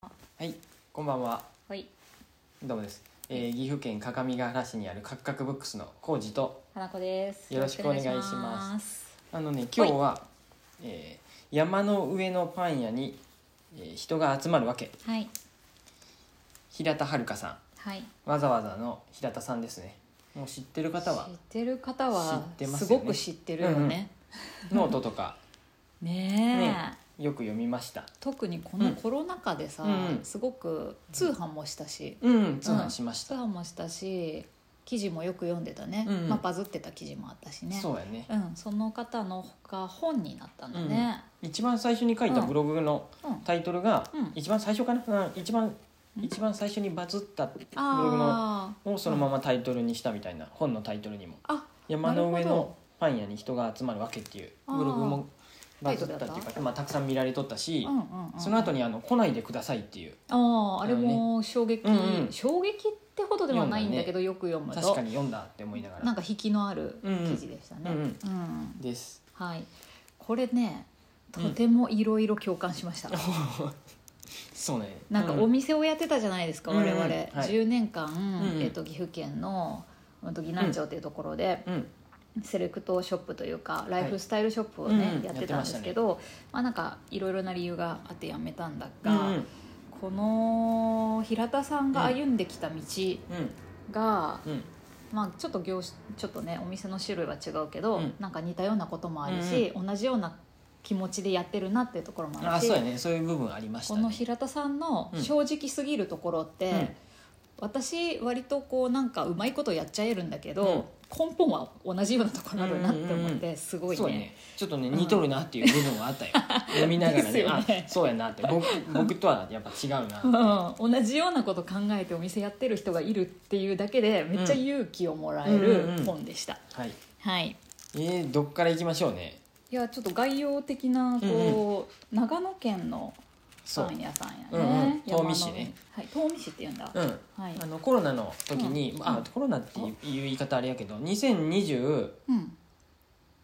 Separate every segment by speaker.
Speaker 1: はい、こんばんは。
Speaker 2: はい、
Speaker 1: どうもです。えー岐阜県各務原市にあるカクカクブックスのコージと、
Speaker 2: 花子です。
Speaker 1: よろしくお願いします
Speaker 2: よろくお願いしす。
Speaker 1: あのね、今日は、えー山の上のパン屋に、えー人が集まるわけ。
Speaker 2: はい、
Speaker 1: 平田遥さ
Speaker 2: はい。
Speaker 1: ん、わざわざの平田さんですね。もう知ってる方は
Speaker 2: 知っ、てる方
Speaker 1: 知
Speaker 2: は
Speaker 1: ってます
Speaker 2: す
Speaker 1: よね
Speaker 2: ごく知ってるよね。
Speaker 1: ノートとか
Speaker 2: ねえ、
Speaker 1: ねよく読みました。
Speaker 2: 特にこのコロナ禍でさ、
Speaker 1: うん
Speaker 2: すごく通販もしたし、
Speaker 1: うん、通販しまし
Speaker 2: 通
Speaker 1: た。
Speaker 2: 販もしたし、記事もよく読んでたね。
Speaker 1: うん
Speaker 2: まあバズってた記事もあったしね。
Speaker 1: そうやね。
Speaker 2: うん、その方のほか本になったんだね。
Speaker 1: 一番最初に書いたブログの
Speaker 2: うん、
Speaker 1: タイトルが、
Speaker 2: うん
Speaker 1: 一番最初かな、うん、一番
Speaker 2: うん
Speaker 1: 一番最初にバズったブログの
Speaker 2: あ
Speaker 1: をそのままタイトルにしたみたいな本のタイトルにも
Speaker 2: あ、あ、
Speaker 1: 「山の
Speaker 2: な
Speaker 1: 上
Speaker 2: るほど
Speaker 1: のパン屋に人が集まるわけ」っていうブログもバズったっていう
Speaker 2: タイトルだっ
Speaker 1: か、まあ、たくさん見られとったし、
Speaker 2: うんうん、うん。
Speaker 1: その後にあの「来ないでください」っていう
Speaker 2: あああれも衝撃、
Speaker 1: うんうん
Speaker 2: 衝撃ってほどではないんだけどよく読むと
Speaker 1: 確かに読んだって思いなが
Speaker 2: なん
Speaker 1: ら
Speaker 2: か引きのある
Speaker 1: うんうん
Speaker 2: 記事でしたね、
Speaker 1: う
Speaker 2: うんん
Speaker 1: うんです。
Speaker 2: はいこれね
Speaker 1: う
Speaker 2: と
Speaker 1: ん
Speaker 2: てもいろいろ共感しました、
Speaker 1: そうね
Speaker 2: なんか
Speaker 1: う
Speaker 2: お店をやってたじゃないですか、我々、
Speaker 1: うんうんはい
Speaker 2: 10年間、
Speaker 1: んうん
Speaker 2: えっと岐阜県のうんと岐南町っていうところで、
Speaker 1: うん
Speaker 2: セレクトショップというかライフスタイルショップをね、
Speaker 1: うんうん
Speaker 2: やってたんですけどま、あなんかいろいろな理由があってやめたんだ
Speaker 1: う
Speaker 2: が、
Speaker 1: んうん
Speaker 2: この平田さんが歩んできた道が、
Speaker 1: うん
Speaker 2: まあ、ちょっと業種ちょっとねお店の種類は違うけど、
Speaker 1: うん
Speaker 2: なんか似たようなこともあるし、同じような気持ちでやってるなっていうところも
Speaker 1: あ
Speaker 2: あるし
Speaker 1: そうやねそういう部分ありました
Speaker 2: こ
Speaker 1: ね
Speaker 2: の平田さんの正直すぎるところって、
Speaker 1: うん
Speaker 2: 私割とこうなんかうまいことやっちゃえるんだけ
Speaker 1: うん
Speaker 2: ど、根本は同じようなところあるなって思
Speaker 1: う
Speaker 2: っ
Speaker 1: んうんう
Speaker 2: てすごいね,、
Speaker 1: そうやねちょっとね
Speaker 2: うん
Speaker 1: 似とるなっていう部分はあった よ読みながら
Speaker 2: です
Speaker 1: ね
Speaker 2: よ
Speaker 1: あ
Speaker 2: ね
Speaker 1: そうやなって僕僕とはやっぱ違うな
Speaker 2: うん、 同じようなこと考えてお店やってる人がいるっていうだけでめっちゃ勇気をもらえ
Speaker 1: うんうんう
Speaker 2: る
Speaker 1: ん
Speaker 2: 本でした、
Speaker 1: はい
Speaker 2: はい
Speaker 1: えー、どっから行きましょうね
Speaker 2: いやちょっと概要的なこう、長野県の
Speaker 1: そう
Speaker 2: パン屋さんやね、
Speaker 1: うんうん
Speaker 2: 山の
Speaker 1: 東美市ね
Speaker 2: はい東美市って言うんだ、
Speaker 1: うん
Speaker 2: はい
Speaker 1: あのコロナの時に、
Speaker 2: うんう
Speaker 1: あ
Speaker 2: ん
Speaker 1: コロナっていう言い方あれやけど2020
Speaker 2: うん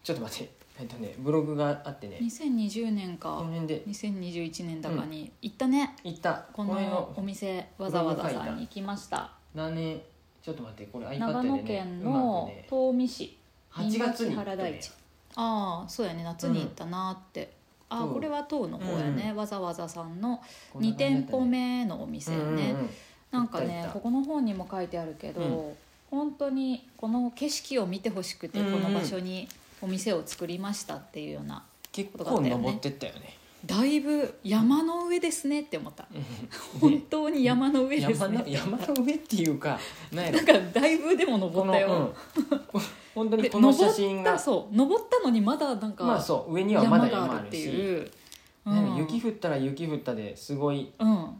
Speaker 1: ちょっと待ってえっとねブログがあってね
Speaker 2: 2020年
Speaker 1: こ
Speaker 2: か
Speaker 1: の辺で
Speaker 2: 2021年だかに行ったね、
Speaker 1: 行った
Speaker 2: このお
Speaker 1: 辺
Speaker 2: 店わざわざさんに行きました
Speaker 1: 何年ちょっと待ってこれ iPad でね
Speaker 2: 長野県
Speaker 1: うま
Speaker 2: の
Speaker 1: くね
Speaker 2: 東美市
Speaker 1: 8月に行っ
Speaker 2: 原
Speaker 1: た
Speaker 2: 大
Speaker 1: ね
Speaker 2: 地ああそうやね夏に行ったなって、ああ
Speaker 1: そう
Speaker 2: これは東の方や
Speaker 1: う
Speaker 2: ね、
Speaker 1: んう
Speaker 2: わざわざさんの
Speaker 1: こんな
Speaker 2: 2
Speaker 1: 感じだ
Speaker 2: 店
Speaker 1: ったね
Speaker 2: 舗目のお店やね、
Speaker 1: うんうんうん
Speaker 2: なんか
Speaker 1: 行った行っ
Speaker 2: ね
Speaker 1: た
Speaker 2: ここの本にも書いてあるけど、
Speaker 1: う
Speaker 2: 本当にこの景色を見てほしくて、
Speaker 1: うんうん
Speaker 2: この場所にお店を作りましたっていうような
Speaker 1: 結構登ってったよね
Speaker 2: だいぶ山の上ですねって思った、
Speaker 1: うん
Speaker 2: 本当に山の 上
Speaker 1: ね
Speaker 2: です
Speaker 1: 山
Speaker 2: ね
Speaker 1: の山の上っていうかなんやろ
Speaker 2: なんかだいぶでも登ったよ、
Speaker 1: うんこ本当に
Speaker 2: で
Speaker 1: この写真
Speaker 2: 登っ
Speaker 1: が
Speaker 2: たそう登ったのにまだなんか、
Speaker 1: まあそう上にはまだ
Speaker 2: 山が
Speaker 1: 山
Speaker 2: あ
Speaker 1: あ
Speaker 2: るっ
Speaker 1: る
Speaker 2: て
Speaker 1: し
Speaker 2: いう、
Speaker 1: ね雪降ったら雪降ったですごい
Speaker 2: うん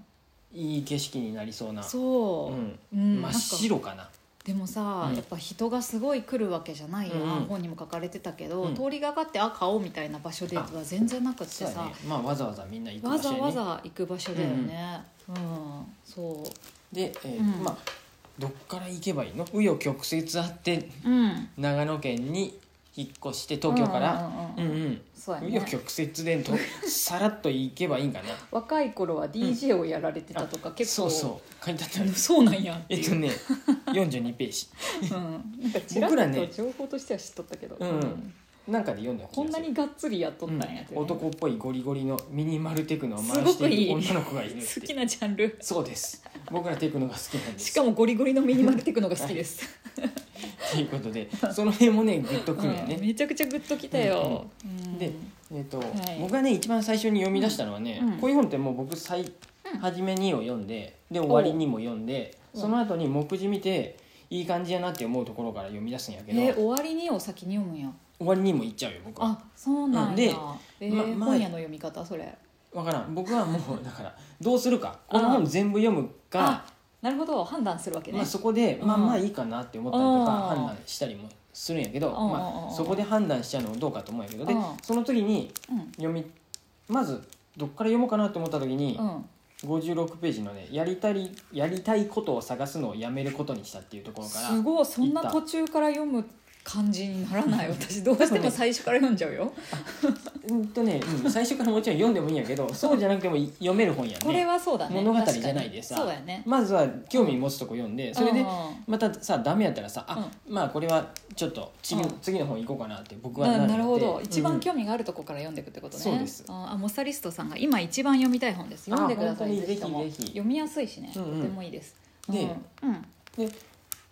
Speaker 1: いい景色になりそうな
Speaker 2: そう、
Speaker 1: ん
Speaker 2: う
Speaker 1: 真
Speaker 2: ん
Speaker 1: っ
Speaker 2: なんか
Speaker 1: 白かな
Speaker 2: でもさ、
Speaker 1: うん
Speaker 2: やっぱ人がすごい来るわけじゃないや、
Speaker 1: うんうん
Speaker 2: 本にも書かれてたけど、
Speaker 1: うん
Speaker 2: 通りがかってあ買おうみたいな場所では全然なくって
Speaker 1: そう
Speaker 2: さ、
Speaker 1: やねまあわざわざみんな行く
Speaker 2: わ
Speaker 1: 場
Speaker 2: ざ
Speaker 1: 所やね
Speaker 2: わざ行く場所だよねうん、そ
Speaker 1: で、えー
Speaker 2: うん
Speaker 1: まあどっから行けばいいの紆余曲折あって
Speaker 2: ううん
Speaker 1: 長野県に引っ越して東京から
Speaker 2: う
Speaker 1: うんん
Speaker 2: う
Speaker 1: うん
Speaker 2: うん
Speaker 1: ん
Speaker 2: そうや
Speaker 1: 紆
Speaker 2: ね
Speaker 1: 余曲折で とさらっと行けばいいんかな
Speaker 2: 若い頃は DJ をやられてたとか、結構
Speaker 1: そうそう書いてあった
Speaker 2: う
Speaker 1: よ
Speaker 2: んそうなんやって
Speaker 1: えっ
Speaker 2: い
Speaker 1: と
Speaker 2: う、
Speaker 1: ね42ページ
Speaker 2: うん、なんかちら
Speaker 1: 僕らね
Speaker 2: っと情報としては知っとったけど、
Speaker 1: うんなんかで読んだ気がす
Speaker 2: こ
Speaker 1: る
Speaker 2: んなにがっつりやっとったんやってね、
Speaker 1: うん男っぽいゴリゴリのミニマルテクノを
Speaker 2: す
Speaker 1: 回
Speaker 2: ご
Speaker 1: して
Speaker 2: くい
Speaker 1: い
Speaker 2: い
Speaker 1: る女の子がいるっ
Speaker 2: 好き
Speaker 1: て
Speaker 2: なジャンル
Speaker 1: そうです僕らテクノが好きなんです
Speaker 2: しかもゴリゴリのミニマルテクノが好きです、
Speaker 1: ということでその辺もねグッとくるよ
Speaker 2: うん
Speaker 1: ね、
Speaker 2: めちゃくちゃグッときたよ、うん
Speaker 1: でえっと
Speaker 2: い
Speaker 1: 僕がね一番最初に読み出したのはね、
Speaker 2: うん
Speaker 1: こういう本ってもう僕最
Speaker 2: うん
Speaker 1: 初めにを読んでで終わりにも読んで
Speaker 2: お
Speaker 1: その後に目次見ていい感じやなって思うところから読み出すんやけど、
Speaker 2: え終わりにお先に読むんや
Speaker 1: 終わりにも行っちゃうよ僕は
Speaker 2: あそうなんや、
Speaker 1: で
Speaker 2: えー
Speaker 1: ままあ
Speaker 2: 本屋の読み方それ
Speaker 1: 分からん僕はもうだからどうするかこの本全部読むか
Speaker 2: あなるほど判断するわけね、
Speaker 1: まあ、そこで、
Speaker 2: うん
Speaker 1: まあまあいいかなって思ったりとか
Speaker 2: うん
Speaker 1: 判断したりもするんやけど、
Speaker 2: うん
Speaker 1: ま
Speaker 2: う
Speaker 1: あ、
Speaker 2: ん
Speaker 1: そこで判断しちゃうのもどうかと思うんやけどで
Speaker 2: うん
Speaker 1: その時に
Speaker 2: うん
Speaker 1: 読みまずどっから読もうかなと思った時に、
Speaker 2: うん、
Speaker 1: 56ページのねやりたりやりたいことを探すのをやめることにしたっていうところから
Speaker 2: すごいそんな途中から読む感じにならない私どうしても最初から読んじゃうよ
Speaker 1: うんとね、うん最初からもちろん読んでもいいんやけどそうじゃなくてもい読める本やね
Speaker 2: これはそうだね
Speaker 1: 物語じゃないでさ
Speaker 2: 確かにそうだよね
Speaker 1: まずは興味持つとこ読んでそれ
Speaker 2: う
Speaker 1: で
Speaker 2: んうん
Speaker 1: またさダメやったらさあ、まあこれはちょっと次,、
Speaker 2: うん
Speaker 1: 次の本行こうかなって僕は
Speaker 2: な
Speaker 1: ので
Speaker 2: なるほど一
Speaker 1: う
Speaker 2: 番
Speaker 1: ん
Speaker 2: 興味があるとこから読んでいくってことね、
Speaker 1: そうです
Speaker 2: ああモサリストさんが今一番読みたい本です読んでくださ
Speaker 1: あ
Speaker 2: い
Speaker 1: 本当に
Speaker 2: とも
Speaker 1: ぜひぜひ
Speaker 2: 読みやすいしね、
Speaker 1: うんうん
Speaker 2: とてもいいです
Speaker 1: で
Speaker 2: うんうん、
Speaker 1: で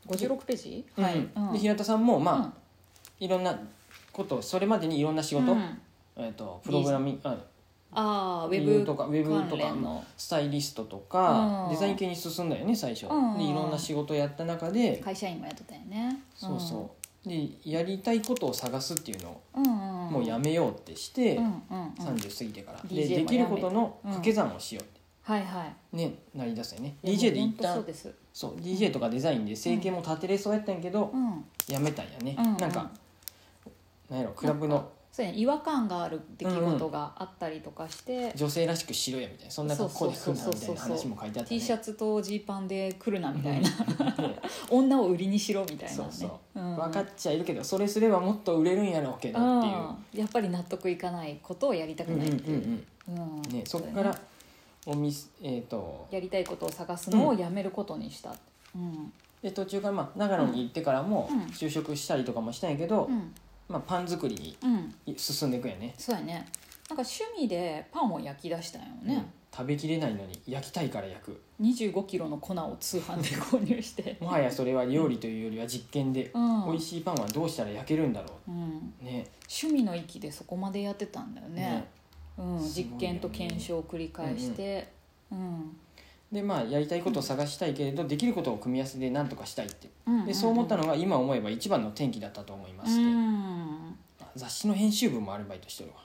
Speaker 2: 56ページ、
Speaker 1: うん
Speaker 2: はい、うん
Speaker 1: で平田さんもまあ、
Speaker 2: うん
Speaker 1: いろんなことそれまでにいろんな仕事、
Speaker 2: うん
Speaker 1: えっとプログラミングあ
Speaker 2: ああウ
Speaker 1: 理
Speaker 2: ェ
Speaker 1: 由
Speaker 2: ブ
Speaker 1: とかウェブとか
Speaker 2: 関連の
Speaker 1: スタイリストとか
Speaker 2: うん
Speaker 1: デザイン系に進んだよね最初、
Speaker 2: うん
Speaker 1: でいろんな仕事やった中で、
Speaker 2: 会社員もやっとったよね
Speaker 1: そうそうでやりたいことを探すっていうのを
Speaker 2: うん、うんうん、
Speaker 1: もうやめようってして、
Speaker 2: うんうんうん、
Speaker 1: 30過ぎてから、で
Speaker 2: DJ
Speaker 1: で
Speaker 2: も
Speaker 1: きることの掛け算をしようって、
Speaker 2: はいはい
Speaker 1: ねなりだすよね
Speaker 2: いや
Speaker 1: DJ で
Speaker 2: もう
Speaker 1: 一
Speaker 2: 本当そ
Speaker 1: 旦
Speaker 2: うです、
Speaker 1: そう DJ とかデザインで生計も立てれそうやったんやけど、
Speaker 2: うん、
Speaker 1: やめたんやね、
Speaker 2: うんうん
Speaker 1: なんかなんやろクラブの
Speaker 2: そうやね違和感がある出来事があったりとかして、
Speaker 1: 女性らしくしろやみたいなそんな格好で来るなみたいな話も書いてあった
Speaker 2: T シャ
Speaker 1: ね
Speaker 2: ツとジーパンで来るなみたいな女を売りにしろみたいなね
Speaker 1: そうそう、
Speaker 2: ん
Speaker 1: 分かっちゃいるけどそれすればもっと売れるんやろうけどっていう
Speaker 2: うんやっぱり納得いかないことをやりたく
Speaker 1: うんうんう
Speaker 2: ない
Speaker 1: ん
Speaker 2: っていう、うん
Speaker 1: うんねそこ
Speaker 2: うだ
Speaker 1: か
Speaker 2: よね
Speaker 1: らお店えっ、と
Speaker 2: やりたいことを探すのをやめることにした、うん
Speaker 1: で途中からまあ長野に行ってからも
Speaker 2: うん
Speaker 1: 就職したりとかもしたんやけど、
Speaker 2: うん
Speaker 1: まあ、パン作りに
Speaker 2: うん、
Speaker 1: 進んでいくんやね
Speaker 2: そうやねなんか趣味でパンを焼き出したんよ
Speaker 1: う
Speaker 2: ね
Speaker 1: ん、食べきれないのに焼きたいから焼く
Speaker 2: 2 5キロの粉を通販で購入 して、
Speaker 1: もはやそれは料理というよりは実験で、
Speaker 2: うん
Speaker 1: 美味しいパンはどうしたら焼けるんだろ
Speaker 2: うん、
Speaker 1: うね
Speaker 2: 趣味の域でそこまでやってたんだよねうん、
Speaker 1: すごいよね
Speaker 2: 実験と検証を繰り返して、うん
Speaker 1: でまあやりたいことを探したいけれど、できることを組み合わせで何とかしたいって
Speaker 2: うんん
Speaker 1: でそう思ったのが今思えば一番の転機だったと思います
Speaker 2: う
Speaker 1: って、
Speaker 2: ん
Speaker 1: 雑誌の編集部もアルバイトしてるわ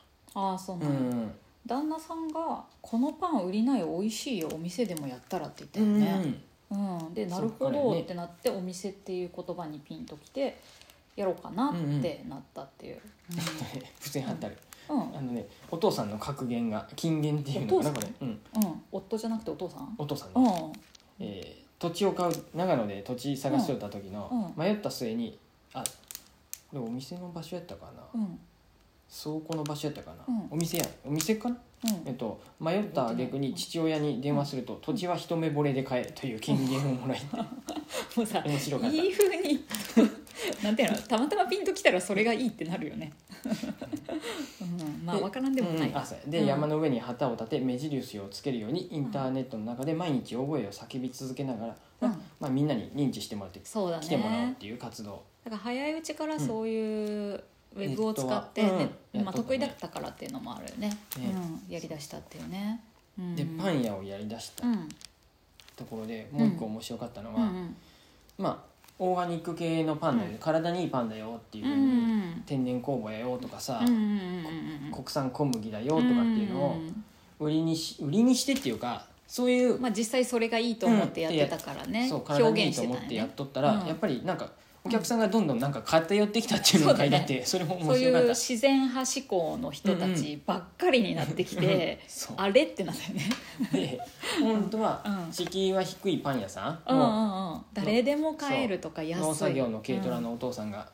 Speaker 2: ああそう
Speaker 1: う
Speaker 2: なんや、
Speaker 1: ん
Speaker 2: 旦那さんが「このパン売りない美味しいよお店でもやったら」って
Speaker 1: う
Speaker 2: 言っ
Speaker 1: ん
Speaker 2: たよね、うんでなる
Speaker 1: そ
Speaker 2: ほ
Speaker 1: っから
Speaker 2: ど
Speaker 1: ね
Speaker 2: ってなって、お店っていう言葉にピンときてやろうかなってなったっていう、
Speaker 1: 付箋貼ってある、
Speaker 2: うんうん
Speaker 1: あのねお父さんの格言が金言っていうのかなこ
Speaker 2: お父
Speaker 1: れ
Speaker 2: さ、
Speaker 1: うん、
Speaker 2: うん夫じゃなくてお父さん
Speaker 1: お父さん
Speaker 2: う
Speaker 1: の、
Speaker 2: ん
Speaker 1: えー土地を買う長野で土地探しとった時の、
Speaker 2: う
Speaker 1: 迷った末にあこれお店の場所やったかな、
Speaker 2: うん
Speaker 1: 倉庫の場所やったかな、
Speaker 2: うん
Speaker 1: お店やお店かな、
Speaker 2: うん
Speaker 1: えっと、迷った逆に父親に電話すると、土地は一目惚れで買えという金言をもらいて
Speaker 2: もうさ
Speaker 1: 面白かった
Speaker 2: いい風に なんていうのたまたまピンときたらそれがいいってなる よね、うん、まあ
Speaker 1: で
Speaker 2: わからんでもない、
Speaker 1: うんあそうやで、
Speaker 2: うん
Speaker 1: 山の上に旗を立て目印をつけるようにインターネットの中で毎日覚えを叫び続けながら、
Speaker 2: うん
Speaker 1: まあまあ、みんなに認知してもらって
Speaker 2: そうだね
Speaker 1: 来てもらおうっていう活動、
Speaker 2: だから早いうちからそういうウェブを使って、
Speaker 1: ネットは
Speaker 2: ね
Speaker 1: うん
Speaker 2: まあ、
Speaker 1: やっとったね
Speaker 2: 得意だったからっていうのもあるよねうん、やりだしたっていうね、うん、
Speaker 1: でパン屋をやりだした
Speaker 2: うん、うん
Speaker 1: ところでもう一個面白かったのは、
Speaker 2: うん
Speaker 1: まあオーガニック系のパンだよ、
Speaker 2: うん
Speaker 1: 体にいいパンだよっていう
Speaker 2: うんう
Speaker 1: ふ
Speaker 2: ん
Speaker 1: うに、天然酵母やよとかさ、
Speaker 2: うんうんうん
Speaker 1: 国産小麦だよとかっていうのを
Speaker 2: ん
Speaker 1: 売りにし売りにしてっていうかそういう、
Speaker 2: まあ、実際それがいいと思ってやってたからね、
Speaker 1: そう体
Speaker 2: 表
Speaker 1: にいい
Speaker 2: 現し
Speaker 1: と
Speaker 2: て
Speaker 1: 思
Speaker 2: た
Speaker 1: っ
Speaker 2: ん
Speaker 1: て
Speaker 2: や
Speaker 1: や
Speaker 2: ね
Speaker 1: っとったら、
Speaker 2: うん
Speaker 1: やっぱりなんかお客さんがどんどんなんか偏ってきたっていうのが書いてあってそ,、れも
Speaker 2: そ
Speaker 1: 面
Speaker 2: うい
Speaker 1: 白かっ
Speaker 2: う
Speaker 1: た。
Speaker 2: 自然派志向の人たちばっかりになってきて、
Speaker 1: そう
Speaker 2: あれってなったよね
Speaker 1: で本当は
Speaker 2: うん
Speaker 1: 敷居は低いパン屋さん
Speaker 2: うんう
Speaker 1: も
Speaker 2: んうん誰でも買えるとか安い
Speaker 1: 農作業の軽トラ、のお父さんが、
Speaker 2: うんうん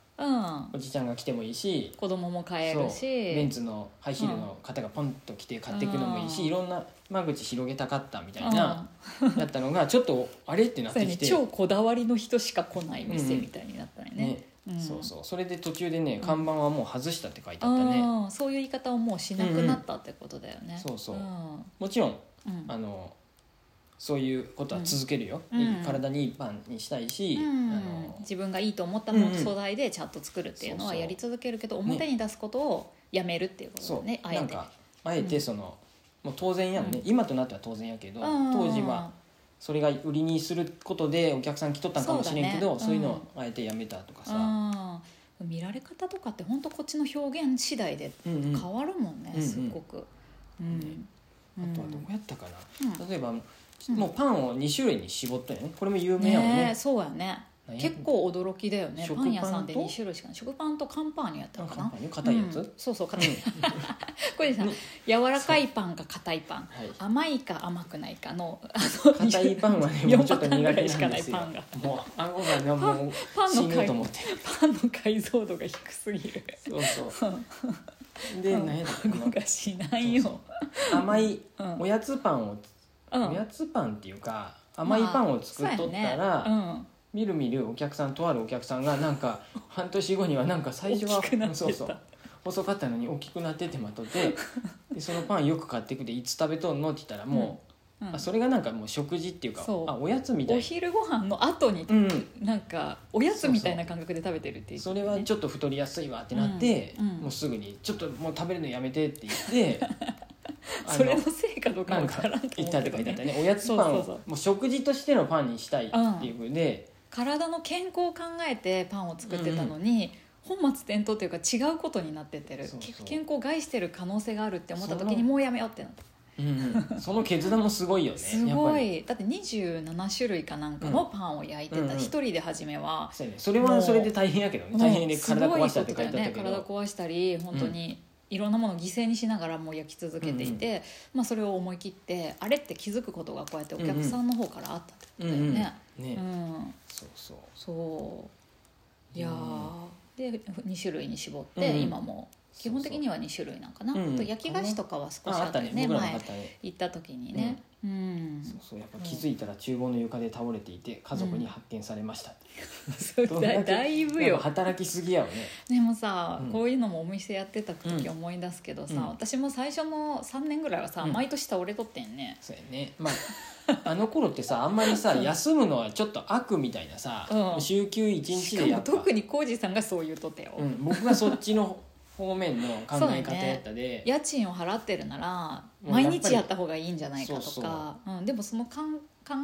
Speaker 1: おじちゃんが来てもいいし
Speaker 2: 子供も買え
Speaker 1: そう
Speaker 2: るし
Speaker 1: ベンツのハイヒールの方がポンと来て買っていくのもいいし、
Speaker 2: うん
Speaker 1: いろんな間口広げたかったみたいな、だったのがちょっとあれって
Speaker 2: う
Speaker 1: なんっ
Speaker 2: そう
Speaker 1: て
Speaker 2: や
Speaker 1: き
Speaker 2: ね
Speaker 1: て、
Speaker 2: 超こだわりの人しか来ない店みたいになったよね,、うん
Speaker 1: そうそうそれで途中でね看板はもう外したって書いてあったね、
Speaker 2: うんそういう言い方をもうしなくなったってことだよね、
Speaker 1: んそうそうんもちろん
Speaker 2: うん
Speaker 1: あのそういうことは続けるよ、
Speaker 2: うんうん
Speaker 1: 体にいいパンにしたいし、
Speaker 2: うん
Speaker 1: あの
Speaker 2: 自分がいいと思ったも
Speaker 1: うん
Speaker 2: の
Speaker 1: うん
Speaker 2: 素材でちゃんと作るっていうの
Speaker 1: そう
Speaker 2: は
Speaker 1: そう
Speaker 2: やり続けるけど表に出すことをやめるっていうこと
Speaker 1: そ
Speaker 2: だ
Speaker 1: う、
Speaker 2: ねあえ
Speaker 1: なん
Speaker 2: て
Speaker 1: かあえてその、もう当然やんね、今となっては当然やけど、
Speaker 2: うん
Speaker 1: 当時はそれが売りにすることでお客さん来とったんかもしれんけど
Speaker 2: そ
Speaker 1: そう
Speaker 2: だ
Speaker 1: うい
Speaker 2: ね
Speaker 1: うのをあえてやめたとかさ、
Speaker 2: あー見られ方とかって本当こっちの表現次第で
Speaker 1: うんうん
Speaker 2: 変わるもんね、
Speaker 1: うんうん
Speaker 2: すっごく、うん
Speaker 1: あとはどうやったかな、
Speaker 2: うん
Speaker 1: 例えばもうパンを2種類に絞ったよねこれも有名やもんね
Speaker 2: ねえそうやね
Speaker 1: 何や
Speaker 2: 結構驚きだよね
Speaker 1: 食パ
Speaker 2: パ
Speaker 1: ン
Speaker 2: ン
Speaker 1: と
Speaker 2: 屋さんで2種類しかない食パンとカンパーニュやった
Speaker 1: なん
Speaker 2: か
Speaker 1: か
Speaker 2: な
Speaker 1: なんかね硬いやつ、
Speaker 2: うんそうそう
Speaker 1: うん
Speaker 2: 硬い これさ柔らかいパンか硬いパン
Speaker 1: はい
Speaker 2: 甘いか甘くないかのあの
Speaker 1: 硬いパンはね
Speaker 2: 四
Speaker 1: もうちょっと苦手なんです
Speaker 2: パターンぐらい
Speaker 1: よ
Speaker 2: しかないパンが
Speaker 1: もう顎がねもう
Speaker 2: パン
Speaker 1: 死
Speaker 2: の
Speaker 1: ぬ
Speaker 2: 解
Speaker 1: と思って
Speaker 2: パンの解像度が低すぎる
Speaker 1: そうそうで何やったか
Speaker 2: 顎
Speaker 1: な
Speaker 2: がしないよ
Speaker 1: そう甘い
Speaker 2: うん
Speaker 1: おやつパンを、
Speaker 2: うん
Speaker 1: おやつパンっていうか甘いパンを作っとったら、
Speaker 2: そうやね
Speaker 1: みるみるお客さんとあるお客さんがなん か半年後にはなんか最初は
Speaker 2: 大きくなってた
Speaker 1: そうそう細かったのに大きくなっててまとってでそのパンよく買ってくでいつ食べとんのって言ったらも
Speaker 2: うん
Speaker 1: う、
Speaker 2: うん
Speaker 1: あそれがなんかもう食事っていうか
Speaker 2: そう
Speaker 1: あおやつみたい
Speaker 2: お
Speaker 1: な
Speaker 2: 昼ご飯の後に
Speaker 1: うん
Speaker 2: なんかおやつみたいな感覚で食べてるっていう、
Speaker 1: それはちょっと太りやすいわってなって、
Speaker 2: うんうん
Speaker 1: もうすぐに「ちょっともう食べるのやめて」って言 ってあ
Speaker 2: それのせいかどうか
Speaker 1: な
Speaker 2: わ
Speaker 1: ん
Speaker 2: か
Speaker 1: から
Speaker 2: んと
Speaker 1: 言っ
Speaker 2: 思
Speaker 1: た
Speaker 2: う
Speaker 1: とか
Speaker 2: けど
Speaker 1: 言った
Speaker 2: ね
Speaker 1: ねおやつパン
Speaker 2: そう
Speaker 1: を
Speaker 2: そう
Speaker 1: もう食事としてのパンにしたいっていうふうで、
Speaker 2: 体の健康を考えてパンを作ってたのに、本末転倒というか違うことになってってる
Speaker 1: そうそう
Speaker 2: 健康を害してる可能性があるって思った時
Speaker 1: そ
Speaker 2: に
Speaker 1: の
Speaker 2: もうやめようってなった
Speaker 1: うんうんその決断もすごいよね
Speaker 2: す
Speaker 1: やっ
Speaker 2: ご
Speaker 1: ぱり
Speaker 2: いだって27種類かなんかのパンを焼いて
Speaker 1: うん
Speaker 2: た
Speaker 1: うん
Speaker 2: 一、人で初めは
Speaker 1: そうやねそれはそれで大変やけどね大変で
Speaker 2: もうす
Speaker 1: 体
Speaker 2: ごい
Speaker 1: 壊
Speaker 2: こ
Speaker 1: した
Speaker 2: と
Speaker 1: って
Speaker 2: だ
Speaker 1: 書い
Speaker 2: よ
Speaker 1: てあった
Speaker 2: ね
Speaker 1: け
Speaker 2: 体
Speaker 1: ど
Speaker 2: 壊したり本当にいろんなものを犠牲にしながらもう焼き続けていて、まあ、それを思い切ってあれって気づくことがこうやってお客さんの方からあったってことだよ
Speaker 1: うんうん
Speaker 2: ね。
Speaker 1: ね
Speaker 2: うん
Speaker 1: そうそう
Speaker 2: そういや
Speaker 1: う
Speaker 2: ー
Speaker 1: ん
Speaker 2: で2種類に絞って、
Speaker 1: うんうん
Speaker 2: 今も基本的には2種類なんかな、
Speaker 1: そうそううん
Speaker 2: あと焼き菓子とかは少し
Speaker 1: ああ
Speaker 2: あ
Speaker 1: っ
Speaker 2: ったた
Speaker 1: ね
Speaker 2: よね
Speaker 1: 僕らもあ
Speaker 2: 前
Speaker 1: ったね
Speaker 2: 行った時にね、 うん
Speaker 1: そうそうやっぱ気づいたら厨房の床で倒れていて家族に発見されました、
Speaker 2: それ
Speaker 1: どんだ
Speaker 2: だ
Speaker 1: け
Speaker 2: だいぶ
Speaker 1: やっ
Speaker 2: よ
Speaker 1: ぱ働きすぎやよね
Speaker 2: でもさ、
Speaker 1: うん
Speaker 2: こういうのもお店やってた時
Speaker 1: うん
Speaker 2: 思い出すけどさ、
Speaker 1: うん
Speaker 2: 私も最初の3年ぐらいはさ、
Speaker 1: うん
Speaker 2: 毎年倒れとってんね
Speaker 1: そうやねまあ あの頃ってさあんまりさ休むのはちょっと悪みたいなさ、
Speaker 2: うん
Speaker 1: 週休1日
Speaker 2: しか
Speaker 1: でや
Speaker 2: も
Speaker 1: っぱ
Speaker 2: 特に浩二さんがそう言うとったよ、
Speaker 1: うん、僕がそっちの方面の考え方やったで、
Speaker 2: 家賃を払ってるなら
Speaker 1: うん
Speaker 2: 毎日やった方がいいんじゃないかとか
Speaker 1: そううそ
Speaker 2: ん、でもそのかん考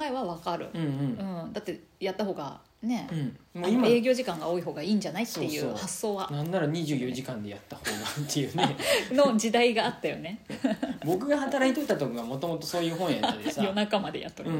Speaker 2: えはわかる、
Speaker 1: うんうん
Speaker 2: うん、だってやった方がね、
Speaker 1: うん、も
Speaker 2: あ
Speaker 1: う
Speaker 2: の
Speaker 1: 今
Speaker 2: 営業時間が多い方がいいんじゃないってい
Speaker 1: そうそう
Speaker 2: う発想は
Speaker 1: なんなら24時間でやった方がっていうね
Speaker 2: の時代があったよね
Speaker 1: 僕が働いとったとこがもともとそういう本やったでさ
Speaker 2: 夜中までやっとる、
Speaker 1: うん